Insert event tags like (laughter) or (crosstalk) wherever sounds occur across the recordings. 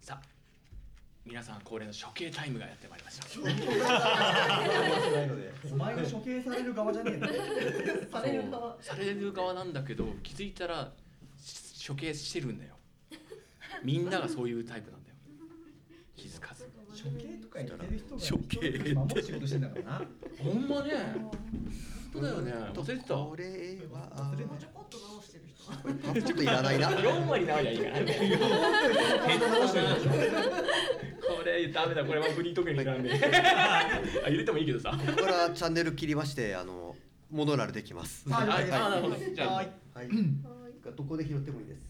さあ皆さん恒例の処刑タイムがやってまいりましたないのでお前が処刑される側じゃねえんだよされる側そうされる側なんだけど気づいたらし処刑してるんだよみんながそういうタイプなんだよ気づかず処刑とかに似てる人が処刑人を守る仕事してんだからなほんまね本当だよね忘れてたこれはもうちょこっと直してる人これパッといらないな4割なわりゃいいからねこれダメだこれはフリートークにいらんね (laughs) あ入れてもいいけどさこれはチャンネル切りましてあのモノラルできますあはいあなるほどじゃあはいどこで拾ってもいいです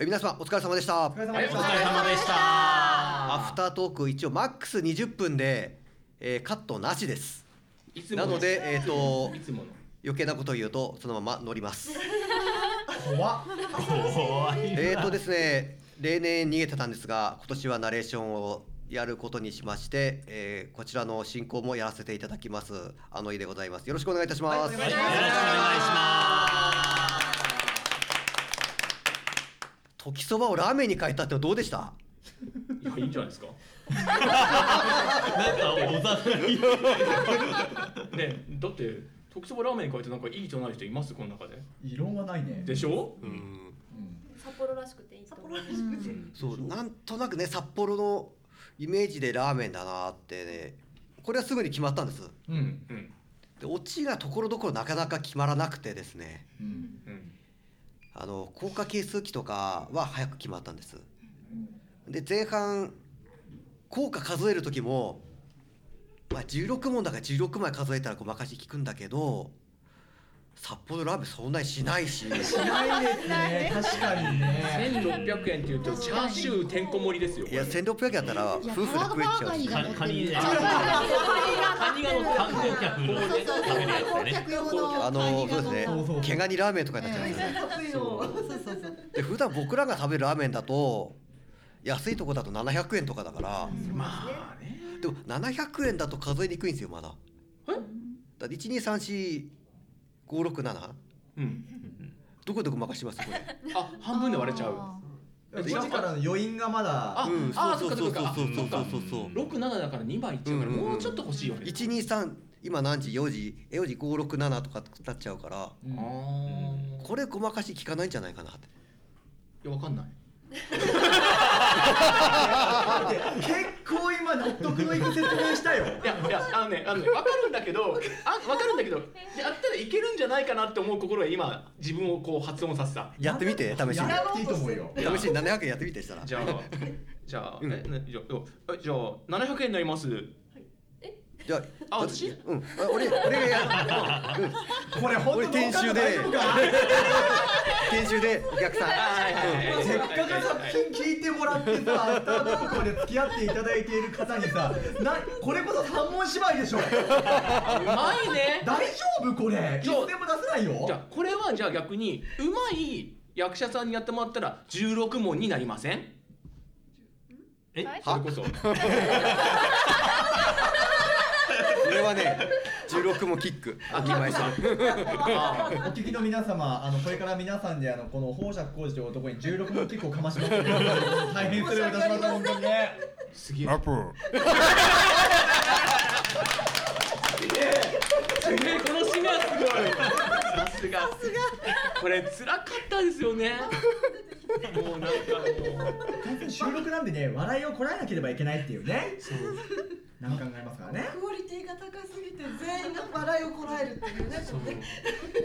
え皆様お疲れ様でしたお疲れ様はいでおし疲た、れ様でしたアフタートーク一応マックス20分で、えーカットなしですいつもなのでえっ、といつもの余計なこと言うとそのまま乗ります怖っ (laughs) えーとですね、例年逃げてたんですが、今年はナレーションをやることにしまして、えーこちらの進行もやらせていただきます、あの井でございます。よろしくお願いいたしまはいす。お願いしますよろしくお願いし時そばをラーメンに変えたってのどうでしたますいやいいんじゃないですかなんかおざなりねだって特そばラーメンに変えてなんかいい人ない人いますこの中で異論はないねでしょうんうん札幌らしくていいと思いますそうなんとなくね、札幌のイメージでラーメンだなってね、これはすぐに決まったんです。うんうんでオチがところどころなかなか決まらなくてですね、うんうんあの効果係数記とかは早く決まったんです。で前半効果数える時も、まあ、16問だから16枚数えたらごまかし効くんだけど札幌ラーメンそんなにしないししないですね確かにね1600円っていうとチャーシューてんこ盛りですよいや1600やったら夫婦で食えちゃうしカニカニでカニが乗って観光客のそうそう食べるやつだね客用のあのそうでそすうそうね毛ガニラーメンとかになっちゃうんですよねで普段僕らが食べるラーメンだと安いとこだと700円とかだからまあねでも700円だと数えにくいんですよまだえだって123456 7うんどこでごまかしますこれあ半分で割れちゃう5時からの余韻がまあだうん、あーそうそうそうそうそうそっかそっかそうそうそう。 67だから2倍いっちゃうからうんうんうんもうちょっと欲しいよね一二三今何時4時4時5 6 7とかなっちゃうから、うんあーこれごまかし効かないんじゃないかなって。いやわかんないだって結構今納得のいく説明したよいやいやあのねあのねわかるんだけどあわかるんだけどやったらいけるんじゃないかなって思う心が今自分をこう発音させたやってみて試しやに。らなくていいと思うよや試しに700円やってみてしたら。じゃあじゃあえうんねじゃあえじゃあ700円になりますじゃあ私うん。あ俺俺がや。うん。これ本俺当研修で儲かんの大丈夫か研修でお客さん。はいせっかく作品聞いてもらってさアフタートークで付き合っていただいている方にさなこれこそ三文芝居でしょうまいね (laughs) 大丈夫これいつじゃあでも出せないよじゃあこれはじゃあ逆にうまい役者さんにやってもらったら16問になりませんえはいそれこそこれはね16もキックお決まりした。お聞きの皆様、あのこれから皆さんであのこの宝釈浩二という男に16分キックをかまします (laughs) ので大変失礼をいたします本当にね。すげえすげえこの締めはすごいさすがこれ辛かったですよねもうなんかもう完全に収録なんでね、笑いをこらえなければいけないっていうね。何考えますからね。クオリティが高すぎて全員が笑いをこらえるっていうねこれね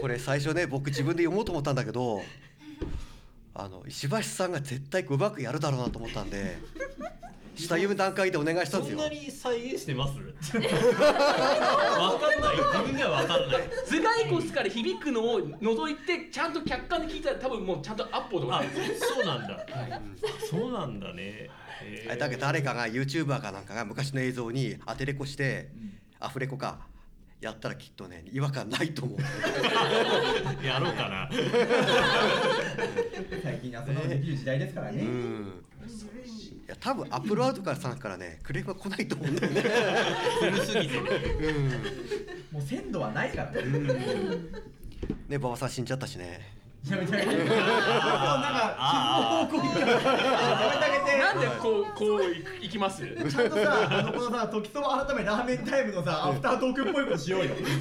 これ最初ね僕自分で読もうと思ったんだけどあの石橋さんが絶対うまくやるだろうなと思ったんで下読む段階でお願いしたんですそんよなに再現してますわかんない自分がわかんな頭い蓋骨から響くのを除いてちゃんと客観で聞いたら多分もうちゃんとアップとかあそうなんだ、そうなんだね、へーあれだけど誰かが YouTuber かなんかが昔の映像に当てれこして、アフレコかやったらきっとね違和感ないと思うやろうかな最近遊びできる時代ですからうね。んいや多分アップルアウトからさんからねクレームは来ないと思うんだよね古すぎてねもう鮮度はないからね。いね馬場さん死んじゃったしね (laughs) やめて。なんか傷の方こうか。あやめてあなんげでこうこういいきますて。ちゃんとさ、あのこのさ、時そば改めラーメンタイムのさ、アフタートークっぽいことしよう例よ。えばで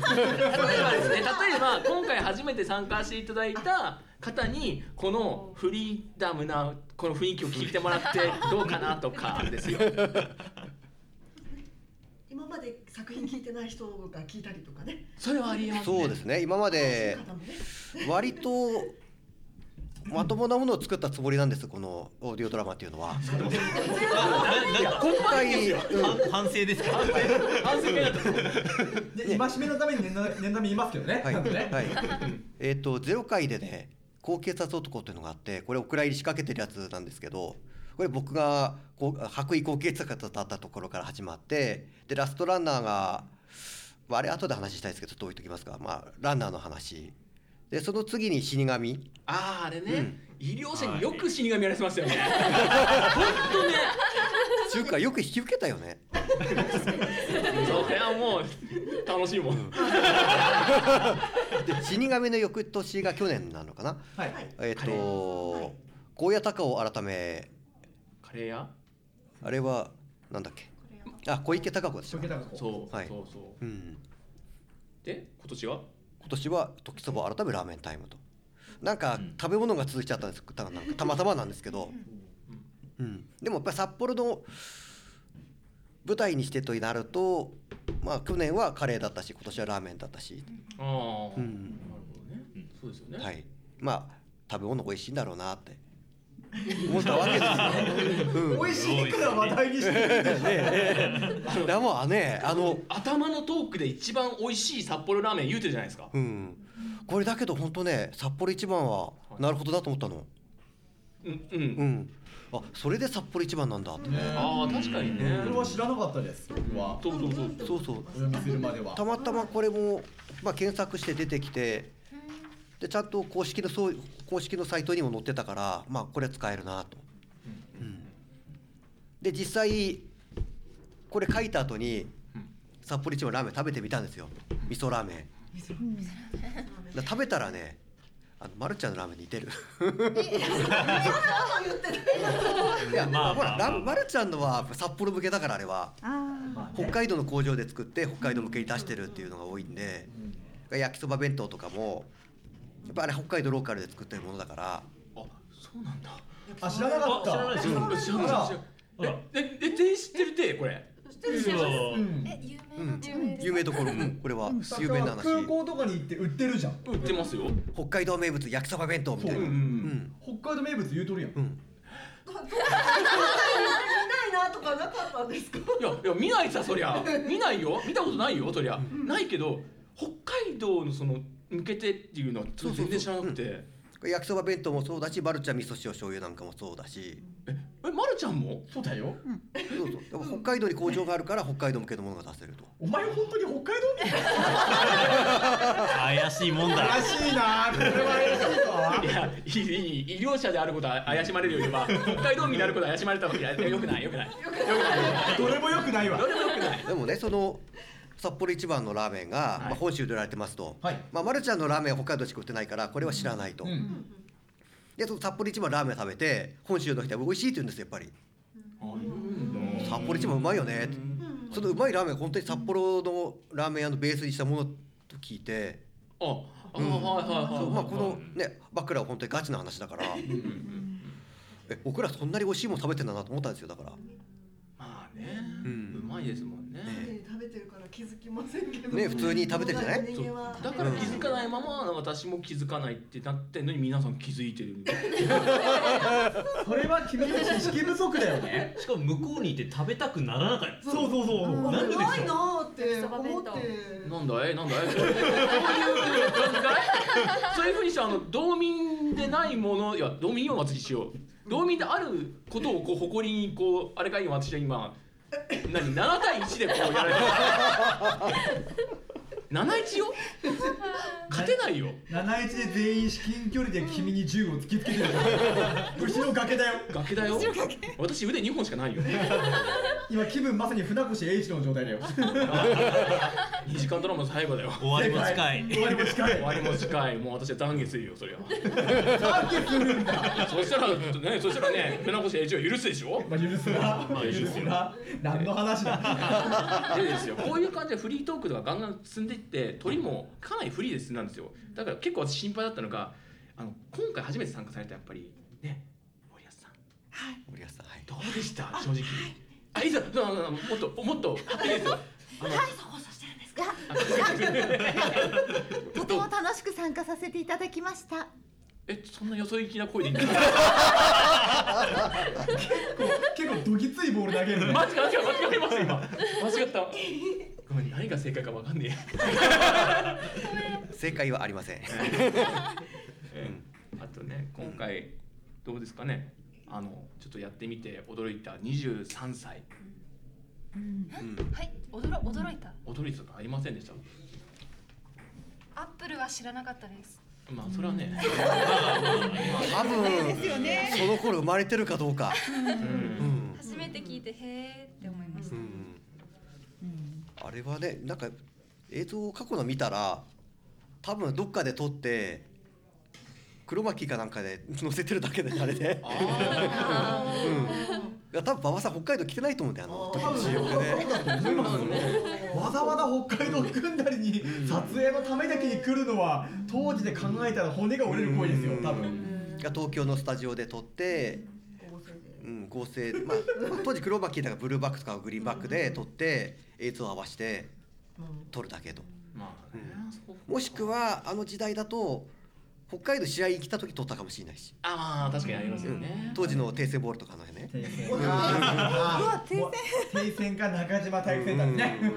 すね例えば今回初めて参加していただいた方にこのフリーダムなこの雰囲気を聞いてもらってどうかなとかですよ今まで作品聞いてない人が聞いたりとかね。 (laughs) それはありえますねそうですね今まで方もね。割とまともなものを作ったつもりなんですこのオーディオドラマっていうのは。ななんか今回、うん反反省ですか反省会だったで、戒めのために念の念のため言いますけどね。はい、ちゃんとねはい、えっ、と、ゼロ回でね、高血圧男っていうのがあって、これお蔵入り仕掛けてるやつなんですけど。これ僕が、こう、白衣高血圧だったところから始まって、で、ラストランナーが。まああれ後で話したいですけど、ちょっと置いときますが、まあ、ランナーの話。で、その次に死神。あーあれね、うん医療者によく死神やらせましたよね本当ね中華よく引き受けたよね。それはもう楽しいもん、 (laughs) で、死神の翌年が去年なのかな。はい。えっ、はとい、高野高を改め、カレー屋あれは、なんだっけ。あ、小池孝子でし初た期。高子。そう、はいそうそううん。で今年は今年は時そば改めラーメンタイムとなんかうん食べ物が続いちゃったんですたなんかたまたまなんですけど、うん、でもやっぱり札幌の舞台にしてとなるとまあ去年はカレーだったし今年はラーメンだったし、ああ、うなるんほどね、うんそうですよね、はい、まあ食べ物美味しいんだろうなって思ったわけですよ。うん美味しいから話題にしてるんだよね。でもねあの頭のトークで一番美味しい札幌ラーメン言うてるじゃないですかうんこれだけど本当ね札幌一番はなるほどだと思ったの。うんうん、うん、あそれで札幌一番なんだって。ああ確かにねこれは知らなかったです。僕は。そうそうそうそうそおう読みするまでは。たまたまこれも、まあ、検索して出てきてでちゃんと公式のそう公式のサイトにも載ってたから、まあ、これ使えるなと。うんで実際これ書いた後にうん札幌一番ラーメン食べてみたんですよ味噌ラーメン。だ食べたらねあのまるちゃんのラーメンに似てるあ言って (laughs) ね。い (laughs) や、まあほまらあまあラまるちゃんのは札幌向けだからあれはまあね北海道の工場で作って北海道向けに出してるっていうのが多いんで。うん焼きそば弁当とかもやっぱあれ北海道ローカルで作ってるものだからあそうなんだあ、知らなかあっ知た。らないですようん知らないですあらえええ全員知ってるってこれううんんえ有う名なん地名です有か名どころうんこれはだ有名かなら空話港とかに行って売ってるじゃん。売ってますよ北海道名物焼きそば弁当みたいなそうううんん北海道名物言うとるやん。うんどどう見ないなとかなかったんですか。いやいや見ないさそりゃ見ないよ見たことないよそりゃ、ないけど北海道のその抜けてっていうのはちょっと全然知らなくて焼きそば弁当もそうだしバルちゃん味噌塩醤油なんかもそうだ (laughs) しえまるちゃんもそうだよ。そうそうでも北海道に工場があるから北海道向けのものが出せるとお前本当に北海道民だ。怪しいもんだ怪しいな。これは怪しいいぞ。やいいいい医療者であることは怪しまれるよりは北海道民であることは怪しまれたのがよくないよくないよくないどれも良くないわど。れもよくないでもねその札幌一番のラーメンがいまあ本州で売られてますとはい。まあまるちゃんのラーメンは北海道しか売ってないからこれは知らないとうん。でその札幌一番ラーメン食べて本州の人は美味しいって言うんですよやっぱり札幌一番うまいよねってそのうまいラーメン本当に札幌のラーメン屋のベースにしたものと聞いて、ああ、うんはいはいはいはいそうまあこのうね枕は本当にガチな話だからえ僕らそんなに美味しいもの食べてんだなと思ったんですよだからまあね、ううんまいですもんねね食べてるから気づきませんけど。ね普通に食べてるじゃない人間はだから気づかないまま私も気づかないってなってんのに皆さん気づいてるそれは君の知識不足だよね。しかも向こうにいて食べたくならなかったそうそうそう。うんなんででしないなーって焼きそば思弁って当 (laughs) なんだいなんだいそういうなんだい (laughs) そういうふうにしてあの道民でないものいや道民よ私にしよう道民であることをこう誇りにこうあれが今私は今何7対1でこうやられてる (laughs) 七一よ勝てないよ7一で全員至近距離で君に銃を突きつけてる後ろ崖だよ崖だよ私腕二本しかないよ今気分まさに船越英一郎の状態だよ二時間ドラマの最後だよ終わりも近終わいりも近い終わりも近いもう私は懺悔するよそりゃ懺悔するんだそしたらねそしたらね船越英一は許すでしょまあ許すなまあ許す許よすな何の話だでですよこういう感じでフリートークとかガンガン積んでいって鳥もかなりフリーで進んだんですよだから結構私心配だったのがあの今回初めて参加されたやっぱりね森保さん森保さん、はい。どうでした正直あいいぞあのもっともっといいですよあのそこそしてるんですかとても楽しく参加させていただきました。えそんなよそ行きな声でいいんだ (laughs) 結構どぎついボール投げるね間違え間違えました今間違ったごめん何が正解かわかんね正解はありません。えあとね今回どうですかねあのちょっとやってみて驚いた23歳うんはい、驚驚いた。驚いたことありませんでしたアップルは知らなかったです。まあそれはね、多分、その頃生まれてるかどうか。うん、初めて聞いて、へーって思いましうた。んあれはねなんか映像を過去の見たら多分どっかで撮って黒巻かなんかで載せてるだけであれで、あうん、いや多分馬場さん北海道来てないと思うんだよあの多時分そうだと思いますよわざわざ北海道組んだりに撮影のためだけに来るのは当時で考えたら骨が折れる行為ですよ多う分んが東京のスタジオで撮って、うん、合成、まあ、 (laughs) 当時黒巻だからブルーバックとかグリーンバックで撮って映像を合わせて撮るだけとーまあね、もしくはあの時代だと北海道試合来た時撮ったかもしれないし、あまあ確かにありますうよんね、当時の訂正ボールとかのね停戦あー (laughs) もう停戦か中島体育センターです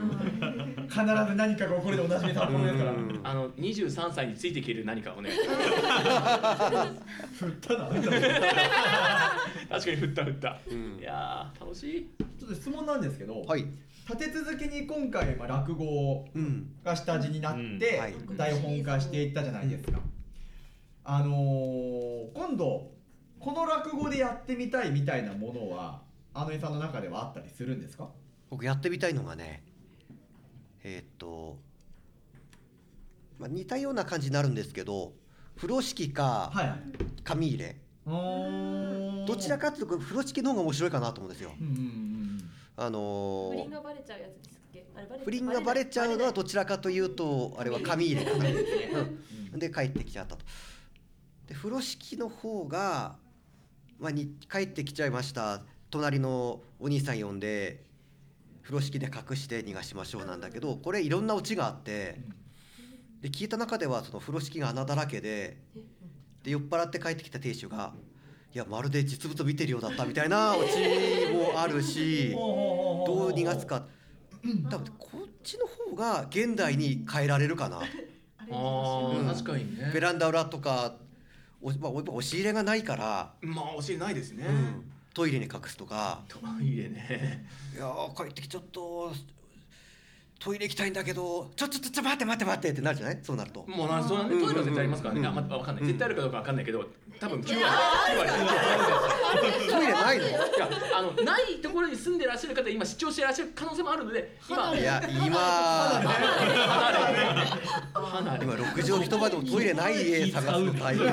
ね必ず何かが起こるでおなじみ札幌ですからうんあの23歳についていける何か (laughs) をね (laughs) 振ったなち確かに振った振った、うんいやー楽しいょっと質問なんですけどはい。立て続けに今回まあ落語うん。が下地になっうんてはい台本化していったじゃないですか。あのー今度この落語でやってみたいみたいなものはあの井さんの中ではあったりするんですか？僕やってみたいのがね、えーっと、まあ、似たような感じになるんですけど、風呂敷かはい。紙入れ、どちらか。かというと風呂敷の方が面白いかなと思うんですよ。うんうんうん。あの不倫ー、がバレちゃうやつですっけあれバレ不倫がバレちゃうのはどちらかというと、あれは紙入れかな。うん、で帰ってきちゃったと。で風呂敷の方が、まあ、に帰ってきちゃいました隣のお兄さん呼んで風呂敷で隠して逃がしましょうなんだけどこれいろんなオチがあってで聞いた中ではその風呂敷が穴だらけでで酔っ払って帰ってきた亭主が。いやまるで実物を見てるようだったみたいなオチもあるしどう逃がすか。か多分こっちの方が現代に変えられるかなあー、うん確かにねベランダ裏とかお、まあ、お押し入れがないから、まあ教えないですね、うんトイレに隠すとかとはいえね「いやー帰ってきちょっとトイレ行きたいんだけどちょちょちょちょ待って待って待って」ってなるじゃないそうなると。もうなそうなんでうんトイレは絶対ありますからね、うんあまあわかんない絶対あるかどうかわかんないけど多分9割9割トイレないのいやあのないところに住んでらっしゃる方今視聴してらっしゃる可能性もあるので今いや今離れ離れ今6畳一間でもトイレない家探すの大変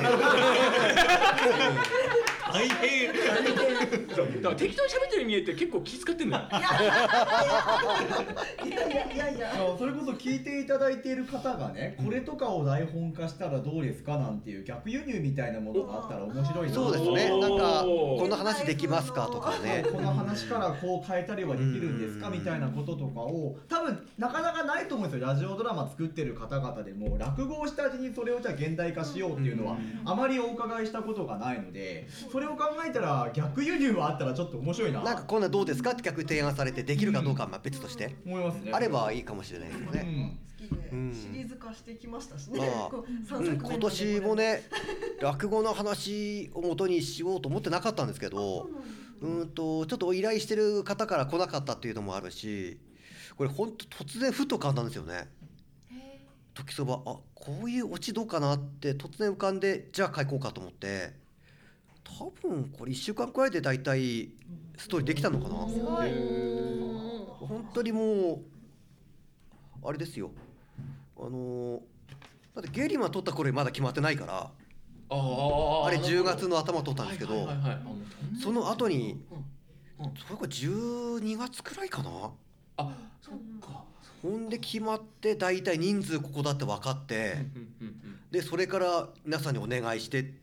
大変だから適当に喋ってるように見えて結構気遣ってんだよいやいやいやいやあのそれこそ聞いていただいている方がね、これとかを台本化したらどうですかなんていう逆輸入みたいなものがあったら面白いなそうですねなんかこんな話できますかとかねこの話からこう変えたりはできるんですかうんみたいなこととかを多分なかなかないと思うんですよラジオドラマ作ってる方々でも落語を下地にそれをじゃあ現代化しようっていうのはあまりお伺いしたことがないのでそれを考えたら逆輸入はあったらちょっと面白いななんかこんなどうですかって逆に提案されてできるかどうかはまあ別として思いますねあればいいかもしれないですようね。ん好きでうんシリーズ化してきましたしねああこううん、三作目の今年もね落語の話を元にしようと思ってなかったんですけどうーんとちょっとお依頼してる方から来なかったっていうのもあるしこれほんと突然ふと感なんですよねへ時そばあこういうオチどうかなって突然浮かんでじゃあ書こうかと思って多分これ1週間くらいで大体ストーリーできたのかなすごい。本当にもうあれですよあのーだってゲリマ撮った頃にまだ決まってないからあああれ10月のの頭撮ったんですけどはいはいはいはいあもうとんでもその後にうんそれこそ12月くらいかなあそっかほんで決まって大体人数ここだって分かってうんうんうんでそれから皆さんにお願いして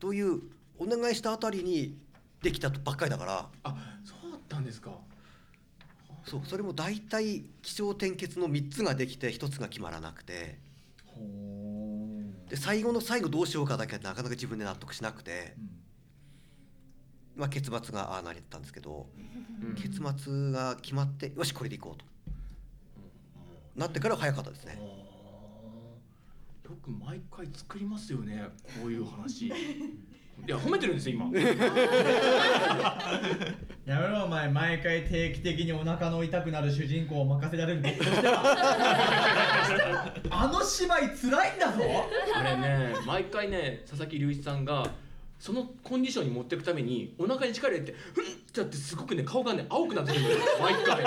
というお願いしたあたりにできたばっかりだからあそうだったんですかそうそれも大体気象転結の3つができて1つが決まらなくてほーで最後の最後どうしようかだけはなかなか自分で納得しなくて、まあ、結末がああなりだったんですけどうん結末が決まってよしこれでいこうとなってから早かったですね。よく毎回作りますよねこういう話いや褒めてるんですよ今やめろお前毎回定期的にお腹の痛くなる主人公を任せられるのとしてはあの芝居辛いんだぞあれね毎回ね佐々木隆一さんがそのコンディションに持っていくためにお腹に力入れてふんってやってすごくね顔がね青くなってくるのよ毎 (laughs) 回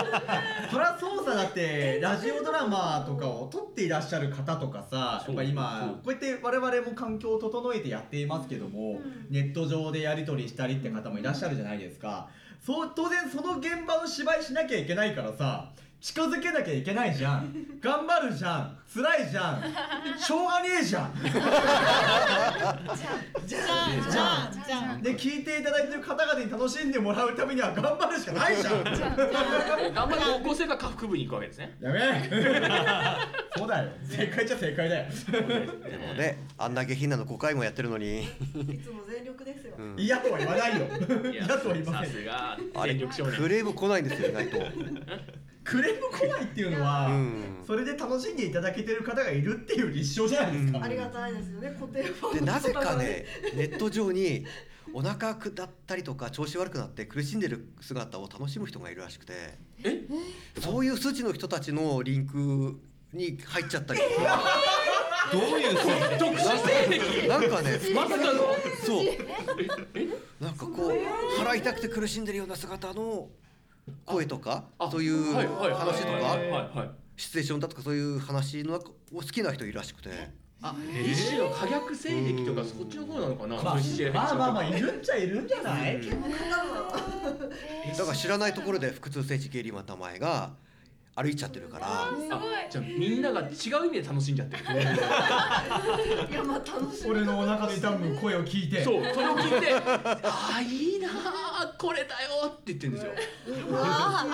そりゃそうさだってラジオドラマとかを撮っていらっしゃる方とかさやそうっそぱう今こうやって我々も環境を整えてやっていますけどもネット上でやり取りしたりって方もいらっしゃるじゃないですかそう当然その現場の芝居しなきゃいけないからさ近づけなきゃいけないじゃん (laughs) 頑張るじゃん辛いじゃんしょうがねえ (laughs) じゃんじゃあじゃあじゃあで聞いていただいてる方々に楽しんでもらうためには頑張るしかないじゃん (laughs) 頑張る高校生が下腹部に行くわけですねやめそうだよ正解じゃ正解だよでもねあんな下品なの5回もやってるのに、いつも全力ですよう。ん嫌とは言わないよい嫌とは言いまさせんすがあれ全力少ク年レーム来ないんですよ意外と。クレーム来ないっていうのは、うんそれで楽しんでいただけてる方がいるっていう立証じゃないですか、うんありがたいですよね、固定ファンでのなぜ方か々ね。ネット上にお腹下ったりとか調子悪くなって苦しんでる姿を楽しむ人がいるらしくてえそういう数値の人たちのリンクに入っちゃったりとか (laughs) どういう数字特殊性なんかね癖まさかのそう (laughs) なんかこう腹痛くて苦しんでるような姿の声とかあそういうはいはいはい話とかはいはいシチュエーションだとかそういう話の中を好きな人いるらしくてあ一種の可逆性癖とかそっちの方なのかなまあ物質性癖とまかあまあまあいるっちゃいるんじゃない、うんえーだから知らないところで腹痛性治ゲリマの名前が歩いちゃってるから。あじゃあみんなが違う意味で楽しんじゃってるいや、まあ楽しみ。俺のお腹の痛む声を聞いてそうそれを聞いて「ああいいなあこれだよ」って言ってるんですよ。うわそ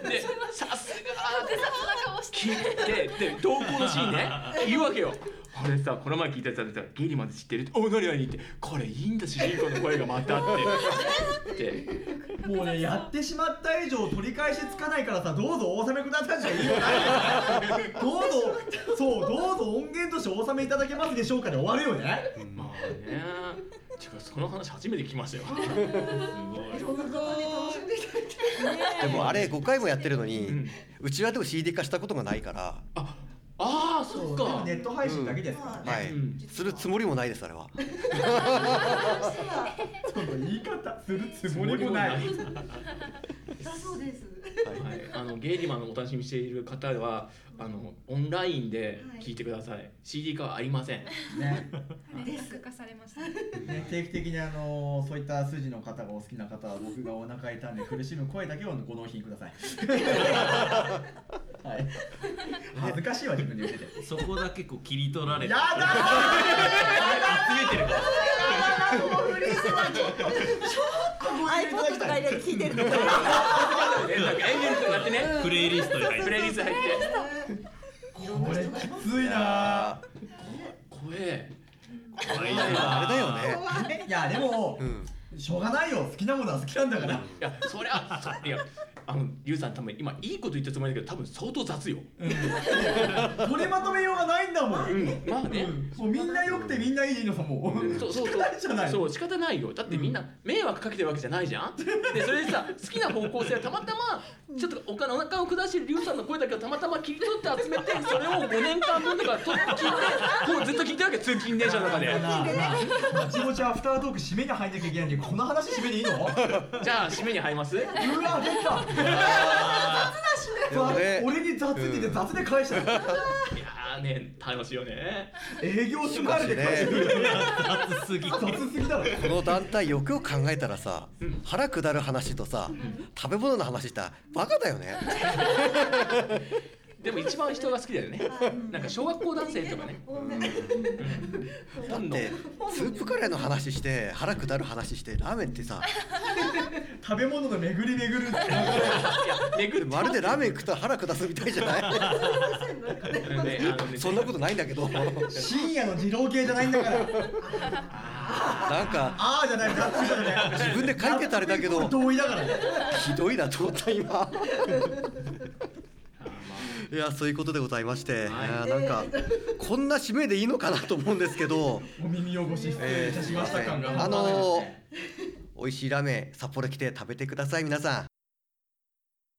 うでさすが複雑な顔して聞いてで投稿のシーンね言うわけよ。あれさこの前聞いたやつだってゲリまで知ってるって「おなになに?」って「これいいんだ主人公の声がまた」ってってもうねやってしまった以上取り返しつかないからさどうぞお納めくださいじゃ言いようがないどうぞそうどうぞ音源としてお納めいただけますでしょうかで終わるよねまあねちょっとその話初めて聞きましたよ。すこんな方に楽しんでいただいて。でもあれ5回もやってるのに、ううんちはでも CD 化したことがないから、ああそっでもかネ。ット配信だけですからね、はい、うんするつもりもないですあれは。その言い方するつもりもないだそうです。はい、あのゲイリマンをお楽しみにしている方はあのオンラインで聞いてください、CD 化はありませんねデスク化されました。ね、定期的にあのそういった筋の方がお好きな方は僕がお腹痛んで苦しむ声だけをご納品ください。はい。恥ずかしいわ自分で言ってて。そこだけこう切り取られやてだ集めてるからー iPod とか入れて聞いてるのエンかジンとかやってねプレイリストに入っプてレイリスト入ってこれきついな怖え怖いあれなだよね。ー。いやでもう、ん、しょうがないよ。好きなものは好きなんだから。いやそりゃそいやあのリュウさん多分今いいこと言ったつもりだけど多分相当雑よ。取りまとめようがないんだもん、うん、まあね。もうみんな良くてみんないいのさもう、そうそう仕そ (laughs) 方うないじゃないそう仕方ないよだってみんな迷惑かけてるわけじゃないじゃんでそれでさ好きな方向性はたまたまちょっとおかお腹を下してるリュウさんの声だけをたまたま切り取って集めてそれを5年間分とか取って聞いてもうずっと聞いてるわけ通勤電車の中でなあなあぼちぼちアフタートーク締めに入んなきゃいけないのにこの話締めでいいのうわじゃあ締めに入ります出たでもね俺に雑って言って雑で返したのいやーね楽しいよね営業スマイルで返してくる (laughs) 雑すぎ雑すぎだろこの団体よくよく考えたらさうん腹下る話とさ食べ物の話したらバカだよねでも一番人が好きだよねなんか小学校男性とかねごめんだってスープカレーの話して腹下る話してラーメンって (laughs) さ食べ物の巡り巡るってめぐるまるでラーメン食ったら腹下すみたいじゃない (laughs) そんなことないんだけどな深夜の二郎系じゃないんだからんかああじゃない雑じゃない自分で書いてたあれだけど同意だからねひどいなと思っ (laughs) た今いやそういうことでございまして、はいいやなんかこんな締めでいいのかなと思うんですけどお耳汚し失礼いたしました感があのー美味しいラーメン札幌来て食べてください皆さん